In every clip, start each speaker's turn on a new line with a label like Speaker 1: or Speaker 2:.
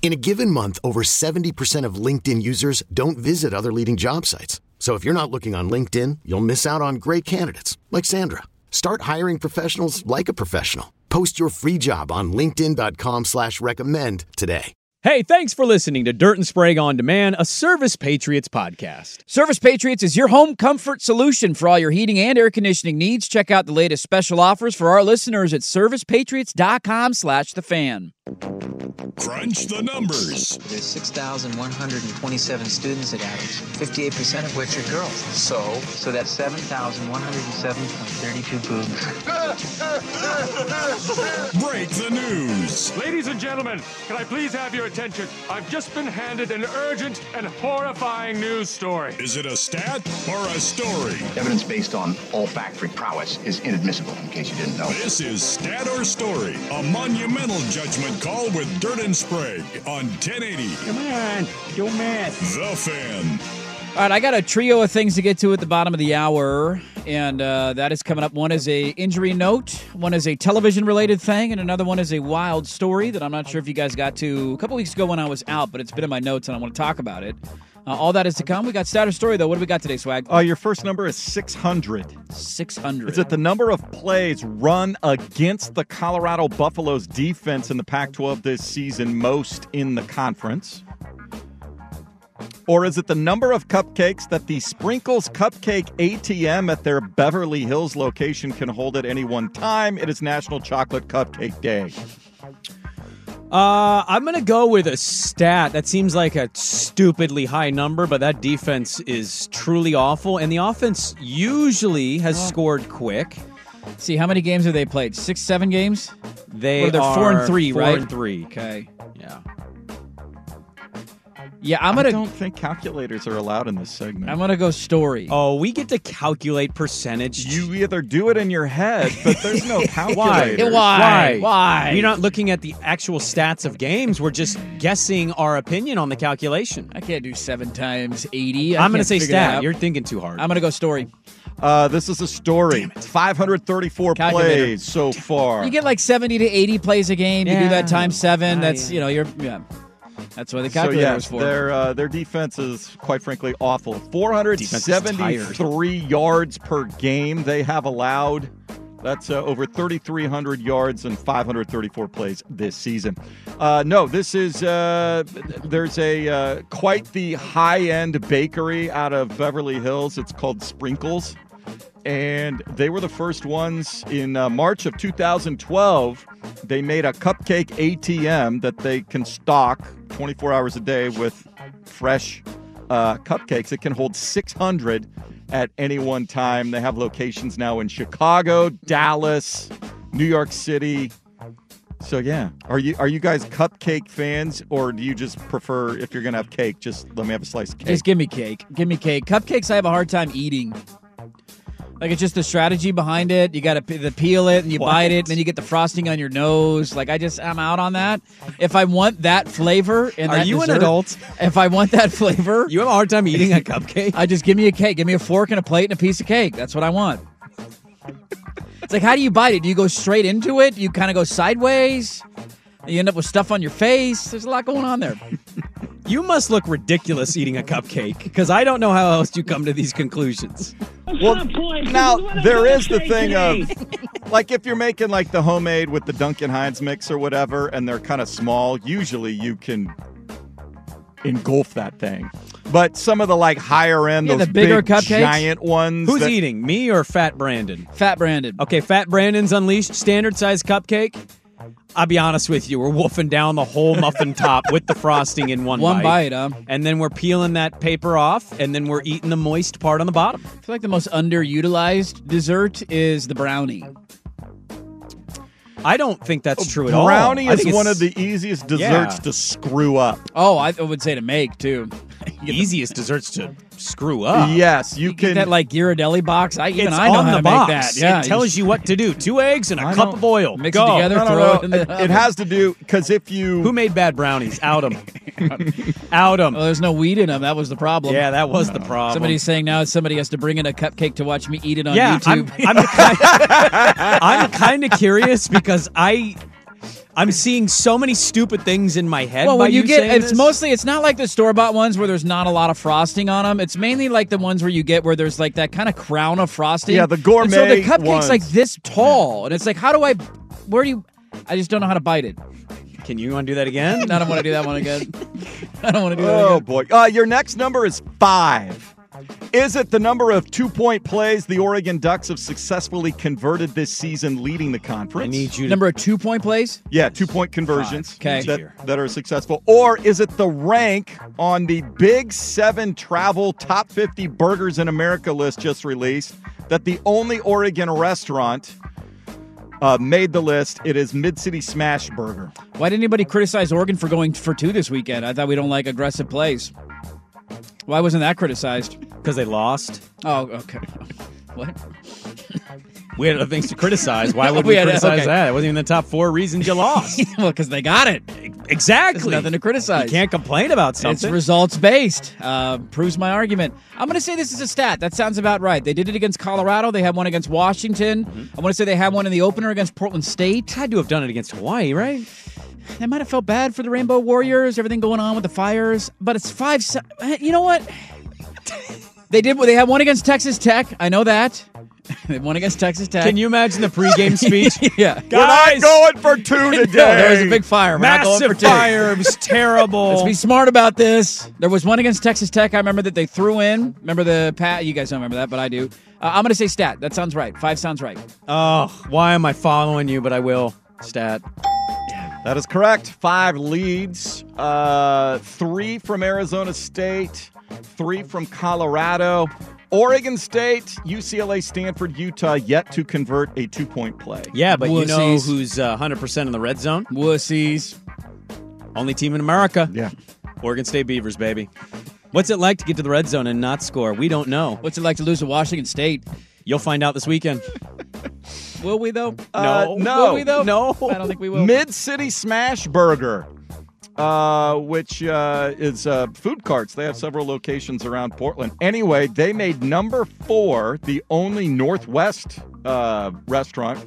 Speaker 1: In a given month, over 70% of LinkedIn users don't visit other leading job sites. So if you're not looking on LinkedIn, you'll miss out on great candidates like Sandra. Start hiring professionals like a professional. Post your free job on linkedin.com/recommend slash recommend today.
Speaker 2: Hey, thanks for listening to Dirt and Sprague on Demand, a Service Patriots podcast.
Speaker 3: Service Patriots is your home comfort solution for all your heating and air conditioning needs. Check out the latest special offers for our listeners at servicepatriots.com slash the fan.
Speaker 4: Crunch the numbers.
Speaker 5: There's 6,127 students at Adams, 58% of which are girls.
Speaker 4: So,
Speaker 5: So that's 7,107.32 boobs.
Speaker 4: break the news.
Speaker 6: Ladies and gentlemen, can I please have your attention? I've just been handed an urgent and horrifying news story.
Speaker 4: Is it a stat or a story?
Speaker 7: Evidence based on olfactory prowess is inadmissible, in case you didn't know.
Speaker 4: This is Stat or Story, a monumental judgment call with Dirt and Sprague on 1080. Come on, do math. The Fan.
Speaker 3: All right, I got a trio of things to get to at the bottom of the hour, and uh, that is coming up. One is a injury note, one is a television related thing, and another one is a wild story that I'm not sure if you guys got to a couple weeks ago when I was out, but it's been in my notes and I want to talk about it. Uh, all that is to come. We got status story though. What do we got today, Swag?
Speaker 8: Uh, your first number is 600.
Speaker 3: Six hundred.
Speaker 8: It's at the number of plays run against the Colorado Buffaloes defense in the Pac 12 this season, most in the conference? Or is it the number of cupcakes that the Sprinkles Cupcake ATM at their Beverly Hills location can hold at any one time? It is National Chocolate Cupcake Day.
Speaker 9: Uh, I'm gonna go with a stat. That seems like a stupidly high number, but that defense is truly awful, and the offense usually has scored quick.
Speaker 3: Oh. See how many games have they played? Six, seven games.
Speaker 9: They
Speaker 3: Well, they're
Speaker 9: are
Speaker 3: four and three,
Speaker 9: four
Speaker 3: right?
Speaker 9: and three.
Speaker 3: Okay.
Speaker 9: Yeah.
Speaker 3: Yeah, I'm
Speaker 8: I
Speaker 3: gonna
Speaker 8: don't think calculators are allowed in this segment.
Speaker 3: I'm gonna go story.
Speaker 9: Oh, we get to calculate percentage.
Speaker 8: you either do it in your head, but there's no calculator.
Speaker 3: Yeah, why? Why?
Speaker 9: We're not looking at the actual stats of games. We're just guessing our opinion on the calculation.
Speaker 3: I can't do seven times eighty. I
Speaker 9: I'm gonna
Speaker 3: can't
Speaker 9: say
Speaker 3: figure that
Speaker 9: stat.
Speaker 3: out.
Speaker 9: You're thinking too hard.
Speaker 3: I'm gonna go story.
Speaker 8: Uh, this is a story. 534
Speaker 3: Calculator.
Speaker 8: plays so far.
Speaker 3: You get like seventy to eighty plays a game. You do
Speaker 9: Yeah.
Speaker 3: that times seven.
Speaker 9: Ah,
Speaker 3: that's
Speaker 9: yeah.
Speaker 3: you know you're yeah. That's what the
Speaker 8: so
Speaker 3: calculator
Speaker 8: yes,
Speaker 3: was for.
Speaker 8: their uh, their defense is quite frankly awful.
Speaker 9: Defense is
Speaker 8: 473 yards per game they have allowed. That's uh, over 3,300 yards and 534 plays this season. Uh, no, this is uh, there's a uh, quite the high end bakery out of Beverly Hills. It's called Sprinkles. and they were the first ones in uh, March of 2012. They made a cupcake ATM that they can stock 24 hours a day with fresh uh, cupcakes. It can hold 600 at any one time. They have locations now in Chicago, Dallas, New York City. So yeah, are you are you guys cupcake fans, or do you just prefer if you're gonna have cake, just let me have a slice of cake?
Speaker 3: Just give me cake. Give me cake. Cupcakes I have a hard time eating. Like it's just the strategy behind it. You got to the peel it and you bite it, and then you get the frosting on your nose. Like I just I'm out on that. If I want that flavor and
Speaker 9: Are
Speaker 3: that
Speaker 9: you an
Speaker 3: dessert-
Speaker 9: adult?
Speaker 3: If I want that flavor,
Speaker 9: you have a hard time eating a cupcake.
Speaker 3: I just give me a cake. Give me a fork and a plate and a piece of cake. That's what I want. It's like, how do you bite it? Do you go straight into it? Do you kind of go sideways? You end up with stuff on your face. There's a lot going on there.
Speaker 9: You must look ridiculous eating a cupcake because I don't know how else you come to these conclusions.
Speaker 8: Well, now there is the thing of like if you're making like the homemade with the Duncan Hines mix or whatever, and they're kind of small. Usually, you can engulf that thing. But some of the like higher end,
Speaker 3: Yeah,
Speaker 8: those
Speaker 3: the bigger
Speaker 8: big,
Speaker 3: cupcakes.
Speaker 8: giant ones.
Speaker 9: Who's
Speaker 8: that-
Speaker 9: eating, me or Fat Brandon?
Speaker 3: Fat branded.
Speaker 9: Okay, Fat Brandon's Unleashed standard size cupcake. I'll be honest with you, we're wolfing down the whole muffin top with the frosting in one,
Speaker 3: One bite, huh?
Speaker 9: and then we're peeling that paper off, and then we're eating the moist part on the bottom.
Speaker 3: I feel like the most underutilized dessert is the brownie.
Speaker 9: I don't think that's true at all.
Speaker 8: Oh, Brownie
Speaker 9: I
Speaker 8: is
Speaker 9: think
Speaker 8: one
Speaker 9: it's
Speaker 8: of the easiest
Speaker 9: Yeah.
Speaker 8: desserts to screw up.
Speaker 3: Oh, I would say to make too.
Speaker 9: easiest desserts to screw up.
Speaker 8: Yes, you,
Speaker 3: Get
Speaker 8: can.
Speaker 3: that like Ghirardelli box. I even
Speaker 9: It's
Speaker 3: I know
Speaker 9: on
Speaker 3: how
Speaker 9: the
Speaker 3: to
Speaker 9: box.
Speaker 3: make that. Yeah,
Speaker 9: it tells you what to do: two eggs and a
Speaker 8: I
Speaker 9: cup
Speaker 8: don't-
Speaker 9: of oil.
Speaker 3: mix
Speaker 9: Go.
Speaker 3: it together,
Speaker 8: no, no,
Speaker 3: throw
Speaker 8: no.
Speaker 3: it in the.
Speaker 8: It, it
Speaker 3: oven.
Speaker 8: has to do because if you
Speaker 9: Who made bad brownies? Out 'em. Out 'em.
Speaker 3: Well, oh, there's no wheat in them. That was the problem.
Speaker 9: Yeah, that was the problem.
Speaker 3: Somebody's saying now somebody has to bring in a cupcake to watch me eat it on
Speaker 9: yeah,
Speaker 3: YouTube.
Speaker 9: I'm, I'm, kind, I'm kind of curious because I, I'm seeing so many stupid things in my head.
Speaker 3: well,
Speaker 9: by
Speaker 3: when you, get
Speaker 9: saying
Speaker 3: it's
Speaker 9: this.
Speaker 3: mostly it's not like the store bought ones where there's not a lot of frosting on them. It's mainly like the ones where you get where there's like that kind of crown of frosting.
Speaker 8: Yeah, the
Speaker 3: And so the
Speaker 8: gourmet
Speaker 3: cupcake's
Speaker 8: ones.
Speaker 3: like this tall, and it's like how do I? Where do you? I just don't know how to bite it.
Speaker 9: Can you undo that again?
Speaker 3: I don't want to do that one again. I don't want to do that
Speaker 8: Oh
Speaker 3: again.
Speaker 8: boy. Uh, your next number is five. Is it the number of two point plays the Oregon Ducks have successfully converted this season, leading the
Speaker 9: I
Speaker 8: conference?
Speaker 9: need you. to-
Speaker 3: Number of two point plays.
Speaker 8: Yeah, two point conversions
Speaker 3: Five. Okay.
Speaker 8: that, that are successful. Or is it the rank on the Big Seven Travel Top 50 Burgers in America list just released that the only Oregon restaurant uh, made the list? It is Mid City Smash Burger.
Speaker 3: Why did anybody criticize Oregon for going for two this weekend? I thought we don't like aggressive plays. Why wasn't that criticized?
Speaker 9: because they lost.
Speaker 3: Oh, okay. What?
Speaker 9: We had other things to criticize. Why would
Speaker 3: We
Speaker 9: we,
Speaker 3: had-
Speaker 9: criticize
Speaker 3: okay.
Speaker 9: that? It wasn't even the top four reasons you lost.
Speaker 3: well, because they got it.
Speaker 9: exactly.
Speaker 3: There's nothing to criticize.
Speaker 9: You can't complain about
Speaker 3: It's
Speaker 9: something.
Speaker 3: results based. Uh, proves my argument. I'm going to say this is a stat. That sounds about right. They did it against Colorado. They had one against Washington. I want to say they had one in the opener against Portland State.
Speaker 9: Mm-hmm. had to have done it against Hawaii, right?
Speaker 3: They might have felt bad for the Rainbow Warriors, everything going on with the fires, but it's five. se- eh, You know what? they did. They had one against Texas Tech. I know that. they had one against Texas Tech.
Speaker 9: Can you imagine the pregame speech?
Speaker 3: Yeah.
Speaker 9: Guys,
Speaker 8: We're not going for two today.
Speaker 3: No, there was a big fire. We're not going for
Speaker 9: massive
Speaker 3: two.
Speaker 9: fire. It was terrible.
Speaker 3: Let's be smart about this. There was one against Texas Tech. I remember that they threw in. Remember the pat? You guys don't remember that, but I do. Uh, I'm going to say stat. That sounds right. Five sounds right.
Speaker 9: Oh, why am I following you? But I will. Stat.
Speaker 8: That is correct. Five leads, uh, three from Arizona State, three from Colorado, Oregon State, UCLA, Stanford, Utah, yet to convert a two point play.
Speaker 9: Yeah, but you know
Speaker 3: Wussies.
Speaker 9: who's uh, 100% in the red zone?
Speaker 3: Wussies.
Speaker 9: Only team in America.
Speaker 8: Yeah.
Speaker 9: Oregon State Beavers, baby. What's it like to get to the red zone and not score? We don't know.
Speaker 3: What's it like to lose to Washington State?
Speaker 9: You'll find out this weekend.
Speaker 3: Will we though?
Speaker 8: Uh, no.
Speaker 3: Will we though?
Speaker 9: No.
Speaker 3: I don't think we will.
Speaker 8: Mid City Smash Burger, uh, which uh, is uh, food carts. They have several locations around Portland. Anyway, they made number four the only Northwest uh, restaurant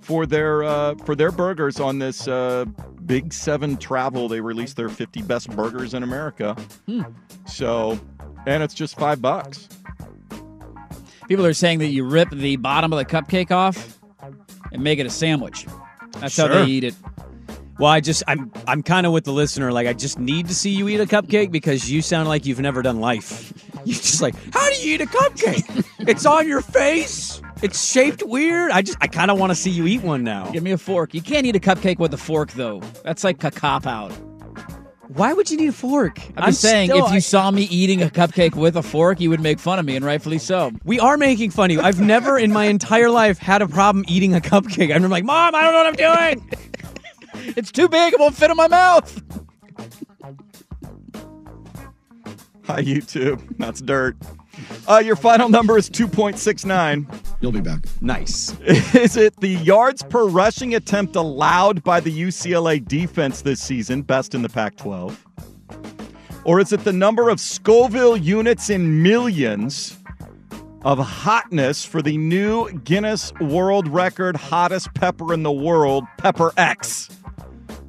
Speaker 8: for their uh, for their burgers on this uh, Big Seven Travel. They released their 50 best burgers in America.
Speaker 3: Hmm.
Speaker 8: So, and it's just five bucks.
Speaker 3: People are saying that you rip the bottom of the cupcake off and make it a sandwich. That's how they
Speaker 9: Sure.
Speaker 3: eat it.
Speaker 9: Well, I just I'm I'm kind of with the listener. Like I just need to see you eat a cupcake because you sound like you've never done life. You're just like, how do you eat a cupcake? it's on your face. It's shaped weird. I just I kind of want to see you eat one now.
Speaker 3: Give me a fork. You can't eat a cupcake with a fork though. That's like a cop out.
Speaker 9: Why would you need a fork?
Speaker 3: I'm, just saying
Speaker 9: still-
Speaker 3: if you
Speaker 9: I-
Speaker 3: saw me eating a cupcake with a fork, you would make fun of me, and rightfully so.
Speaker 9: we are making fun of you. I've never in my entire life had a problem eating a cupcake. I'm like, mom, I don't know what I'm doing.
Speaker 3: It's too big. It won't fit in my mouth.
Speaker 8: Hi, YouTube. That's dirt. Uh, your final number is 2.69.
Speaker 7: You'll be back.
Speaker 9: nice.
Speaker 8: Is it the yards per rushing attempt allowed by the UCLA defense this season, best in the Pac 12? Or is it the number of Scoville units in millions of hotness for the new Guinness World Record hottest pepper in the world, Pepper X?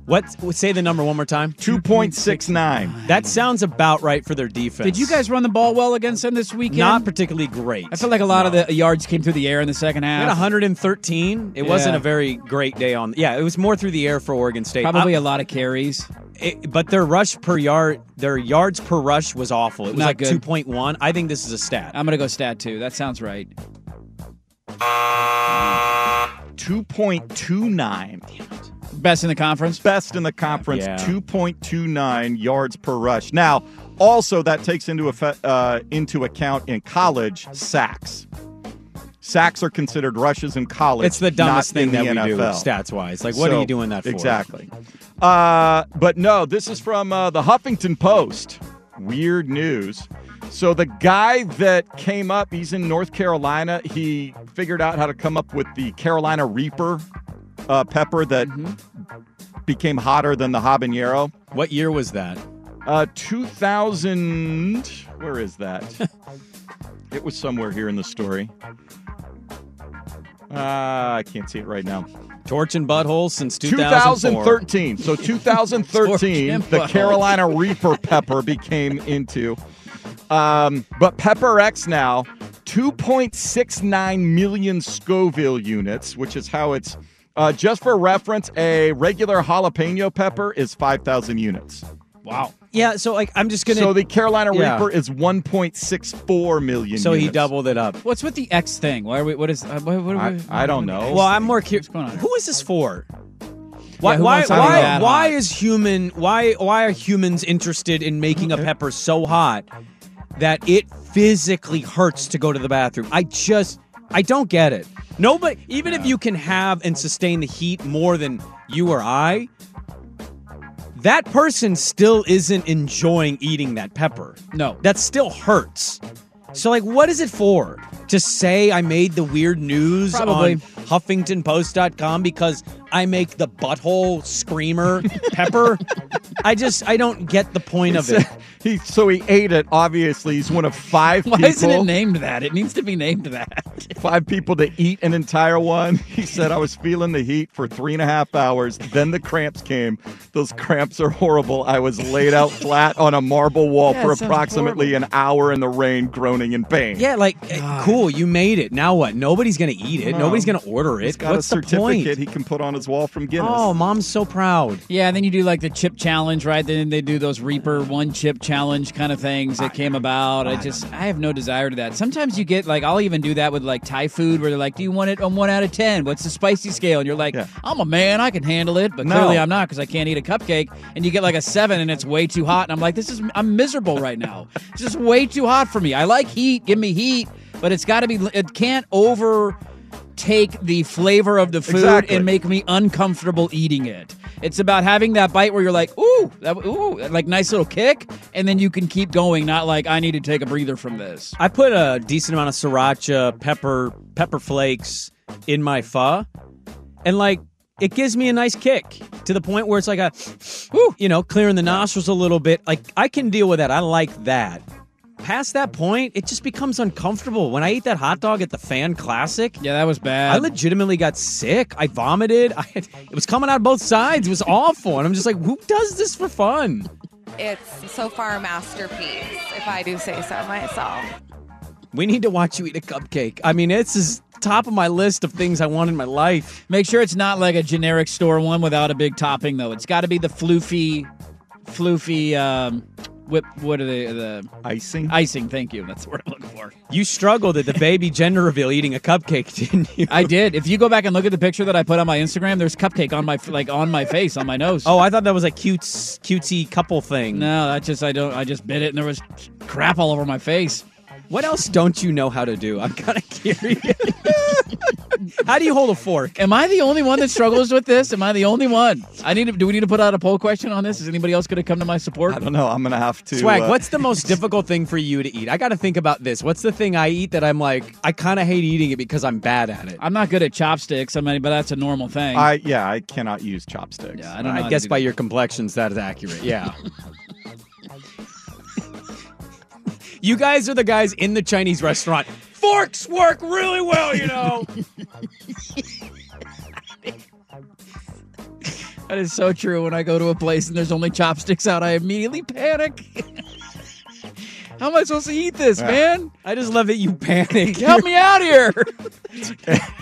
Speaker 9: What? Say the number one more time.
Speaker 8: 2.69.
Speaker 9: That sounds about right for their defense.
Speaker 3: Did you guys run the ball well against them this weekend?
Speaker 9: Not particularly great.
Speaker 3: I feel like a lot of the yards came through the air in the second
Speaker 9: We had
Speaker 3: half.
Speaker 9: 113. It wasn't
Speaker 3: Yeah.
Speaker 9: a very great day on. Yeah, it was more through the air for Oregon State.
Speaker 3: Probably
Speaker 9: I-
Speaker 3: a lot of carries.
Speaker 9: it- but their rush per yard, their yards per rush was awful. It was
Speaker 3: Not
Speaker 9: like
Speaker 3: good.
Speaker 9: 2.1. I think this is a stat.
Speaker 3: I'm gonna go stat two. That sounds right.
Speaker 8: 2.29.
Speaker 10: Best in the conference.
Speaker 8: Best in the conference.
Speaker 10: Yeah.
Speaker 8: 2.29 yards per rush. Now, also that takes into effect, uh, into account in college sacks. Sacks are considered rushes in college.
Speaker 3: It's the dumbest
Speaker 8: not
Speaker 3: thing
Speaker 8: in
Speaker 3: that we
Speaker 8: the
Speaker 3: do
Speaker 8: NFL.
Speaker 3: stats wise. Like, what
Speaker 8: So-
Speaker 3: are you doing that for?
Speaker 8: Exactly. Uh, but no, this is from uh, the Huffington Post. Weird news. So the guy that came up, he's in North Carolina. He figured out how to come up with the Carolina Reaper uh, pepper that
Speaker 3: Mm-hmm.
Speaker 8: became hotter than the habanero.
Speaker 3: What year was that?
Speaker 8: Uh, 2000. Where is that? it was somewhere here in the story. Uh, I can't see it right now.
Speaker 3: Torch and butthole since 2004.
Speaker 8: 2013. So 2013, the
Speaker 3: Butthole.
Speaker 8: Carolina Reaper pepper became into. Um, but Pepper X now, 2.69 million Scoville units, which is how it's. Uh, just for reference, a regular jalapeno pepper is 5,000 units.
Speaker 10: Wow.
Speaker 3: Yeah, so like I'm just gonna.
Speaker 8: So the Carolina
Speaker 3: Yeah.
Speaker 8: Reaper is 1.64 million.
Speaker 3: So he
Speaker 8: units.
Speaker 3: doubled it up.
Speaker 10: What's with the X thing? Why are we? What is? Uh, what, what are we,
Speaker 8: I, I don't know.
Speaker 3: Well, I'm more curious.
Speaker 10: going on here?
Speaker 3: Who is this for? Why?
Speaker 10: who
Speaker 3: why?
Speaker 10: wants something
Speaker 3: Why?
Speaker 10: that
Speaker 3: Why
Speaker 10: hot?
Speaker 3: is human? Why? Why are humans interested in making a pepper so hot that it physically hurts to go to the bathroom? I just, I don't get it. Nobody, even if you can have and sustain the heat more than you or I, that person still isn't enjoying eating that pepper.
Speaker 10: No.
Speaker 3: That still hurts. So, like, what is it for? To say I made the weird news
Speaker 10: Probably.
Speaker 3: on HuffingtonPost.com because I make the butthole screamer pepper? I just, I don't get the point of it.
Speaker 8: he so he ate it. Obviously, he's one of five
Speaker 10: Why
Speaker 8: people.
Speaker 10: isn't it named that? It needs to be named that.
Speaker 8: five people to eat an entire one. He said, I was feeling the heat for three and a half hours. Then the cramps came. Those cramps are horrible. I was laid out flat on a marble wall
Speaker 10: Yeah,
Speaker 8: for
Speaker 10: it sounds
Speaker 8: approximately an hour in the rain, groaning in pain.
Speaker 3: Yeah, like, eh, cool, you made it. Now what? Nobody's going to eat it.
Speaker 8: No.
Speaker 3: Nobody's going to order it.
Speaker 8: He's got
Speaker 3: What's
Speaker 8: a
Speaker 3: the point?
Speaker 8: certificate he can put on his wall from Guinness.
Speaker 3: oh, mom's so proud.
Speaker 10: Yeah, and then you do like the chip challenge, right? Then they do those Reaper one chip challenge kind of things that came about. I just I have no desire to that. Sometimes you get like I'll even do that with like Thai food where they're like, "Do you want it on one out of ten? What's the spicy scale?" And you're like,
Speaker 8: Yeah.
Speaker 10: "I'm a man, I can handle it," but
Speaker 8: No.
Speaker 10: clearly I'm not because I can't eat a cupcake. And you get like a seven, and it's way too hot, and I'm like, "This is I'm miserable right now. It's just way too hot for me. I like heat, give me heat, but it's got to be. It can't over." take the flavor of the food
Speaker 8: Exactly.
Speaker 10: and make me uncomfortable eating it. It's about having that bite where you're like, ooh, that, ooh, like nice little kick, and then you can keep going. Not like I need to take a breather from this.
Speaker 3: I put a decent amount of sriracha, pepper, pepper flakes in my pho, and like it gives me a nice kick to the point where it's like a, whew, you know, clearing the nostrils a little bit. Like I can deal with that. I like that. Past that point, it just becomes uncomfortable. When I ate that hot dog at the Fan Classic,
Speaker 10: Yeah, that was bad.
Speaker 3: I legitimately got sick. I vomited. I, it was coming out both sides. It was awful, and I'm just like, who does this for fun?
Speaker 11: It's so far a masterpiece, if I do say so myself.
Speaker 3: We need to watch you eat a cupcake. I mean, this is top of my list of things I want in my life.
Speaker 10: Make sure it's not like a generic store one without a big topping, though. It's got to be the floofy, floofy um, whip. What are they? The
Speaker 8: Icing?
Speaker 10: icing. Thank you. That's the word I'm looking for.
Speaker 3: You struggled at the baby gender reveal eating a cupcake, didn't you?
Speaker 10: I did. If you go back and look at the picture that I put on my Instagram, there's cupcake on my like on my face, on my nose.
Speaker 3: oh, I thought that was a cute, cutesy couple thing.
Speaker 10: No, that's just I don't. I just bit it, and there was crap all over my face.
Speaker 3: What else don't you know how to do? I'm kind of curious. how do you hold a fork?
Speaker 10: Am I the only one that struggles with this? Am I the only one? I need. To, do we need to put out a poll question on this? Is anybody else going to come to my support?
Speaker 8: I don't know. I'm going to have to.
Speaker 3: Swag,
Speaker 8: uh,
Speaker 3: what's the most difficult thing for you to eat? I got to think about this. What's the thing I eat that I'm like, I kind of hate eating it because I'm bad at it?
Speaker 10: I'm not good at chopsticks. I mean, but that's a normal thing.
Speaker 8: I yeah, I cannot use chopsticks.
Speaker 10: yeah, I don't know.
Speaker 3: I,
Speaker 10: how to
Speaker 3: guess
Speaker 10: do
Speaker 3: by
Speaker 10: that.
Speaker 3: your complexions, that is accurate. Yeah. you guys are the guys in the Chinese restaurant. Forks work really well, you know.
Speaker 10: that is so true. When I go to a place and there's only chopsticks out, I immediately panic. How am I supposed to eat this, man?
Speaker 3: I just love that you panic.
Speaker 10: Help me out here.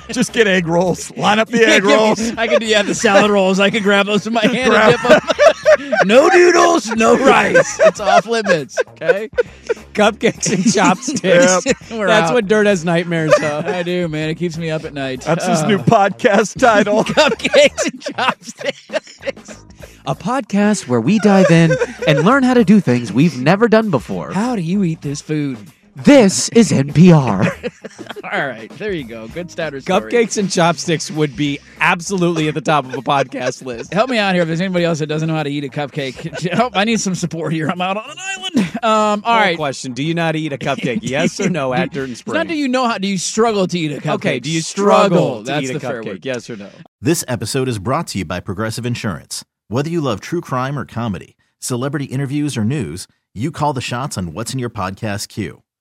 Speaker 8: Just get egg rolls. Line up the egg
Speaker 10: Give me-
Speaker 8: rolls.
Speaker 10: I could do yeah, the salad rolls. I could grab those in my hand and dip them. no noodles, no rice. It's off limits. Okay.
Speaker 9: cupcakes and chopsticks.
Speaker 3: We're
Speaker 9: That's
Speaker 3: out.
Speaker 9: what Dirt has nightmares of.
Speaker 3: I do, man. It keeps me up at night.
Speaker 9: That's his
Speaker 10: Uh,
Speaker 9: new
Speaker 8: podcast title.
Speaker 3: Uh, Cupcakes and chopsticks.
Speaker 12: A podcast where we dive in and learn how to do things we've never done before.
Speaker 3: How do you eat this food?
Speaker 12: This is NPR.
Speaker 3: All right, there you go. Good starter story.
Speaker 9: Cupcakes and chopsticks would be absolutely at the top of a podcast list.
Speaker 3: Help me out here if there's anybody else that doesn't know how to eat a cupcake. Help! I need some support here. I'm out on an island. Um, all
Speaker 9: One
Speaker 3: right.
Speaker 9: Question: Do you not eat a cupcake? yes or no at Dirt and
Speaker 3: It's not
Speaker 9: Spring?
Speaker 3: do you know how do you struggle to eat a cupcake?
Speaker 9: Okay, do you struggle to
Speaker 3: That's
Speaker 9: eat a
Speaker 3: the fair
Speaker 9: cupcake?
Speaker 3: word.
Speaker 9: Yes or no?
Speaker 13: This episode is brought to you by Progressive Insurance. Whether you love true crime or comedy, celebrity interviews or news, you call the shots on what's in your podcast queue.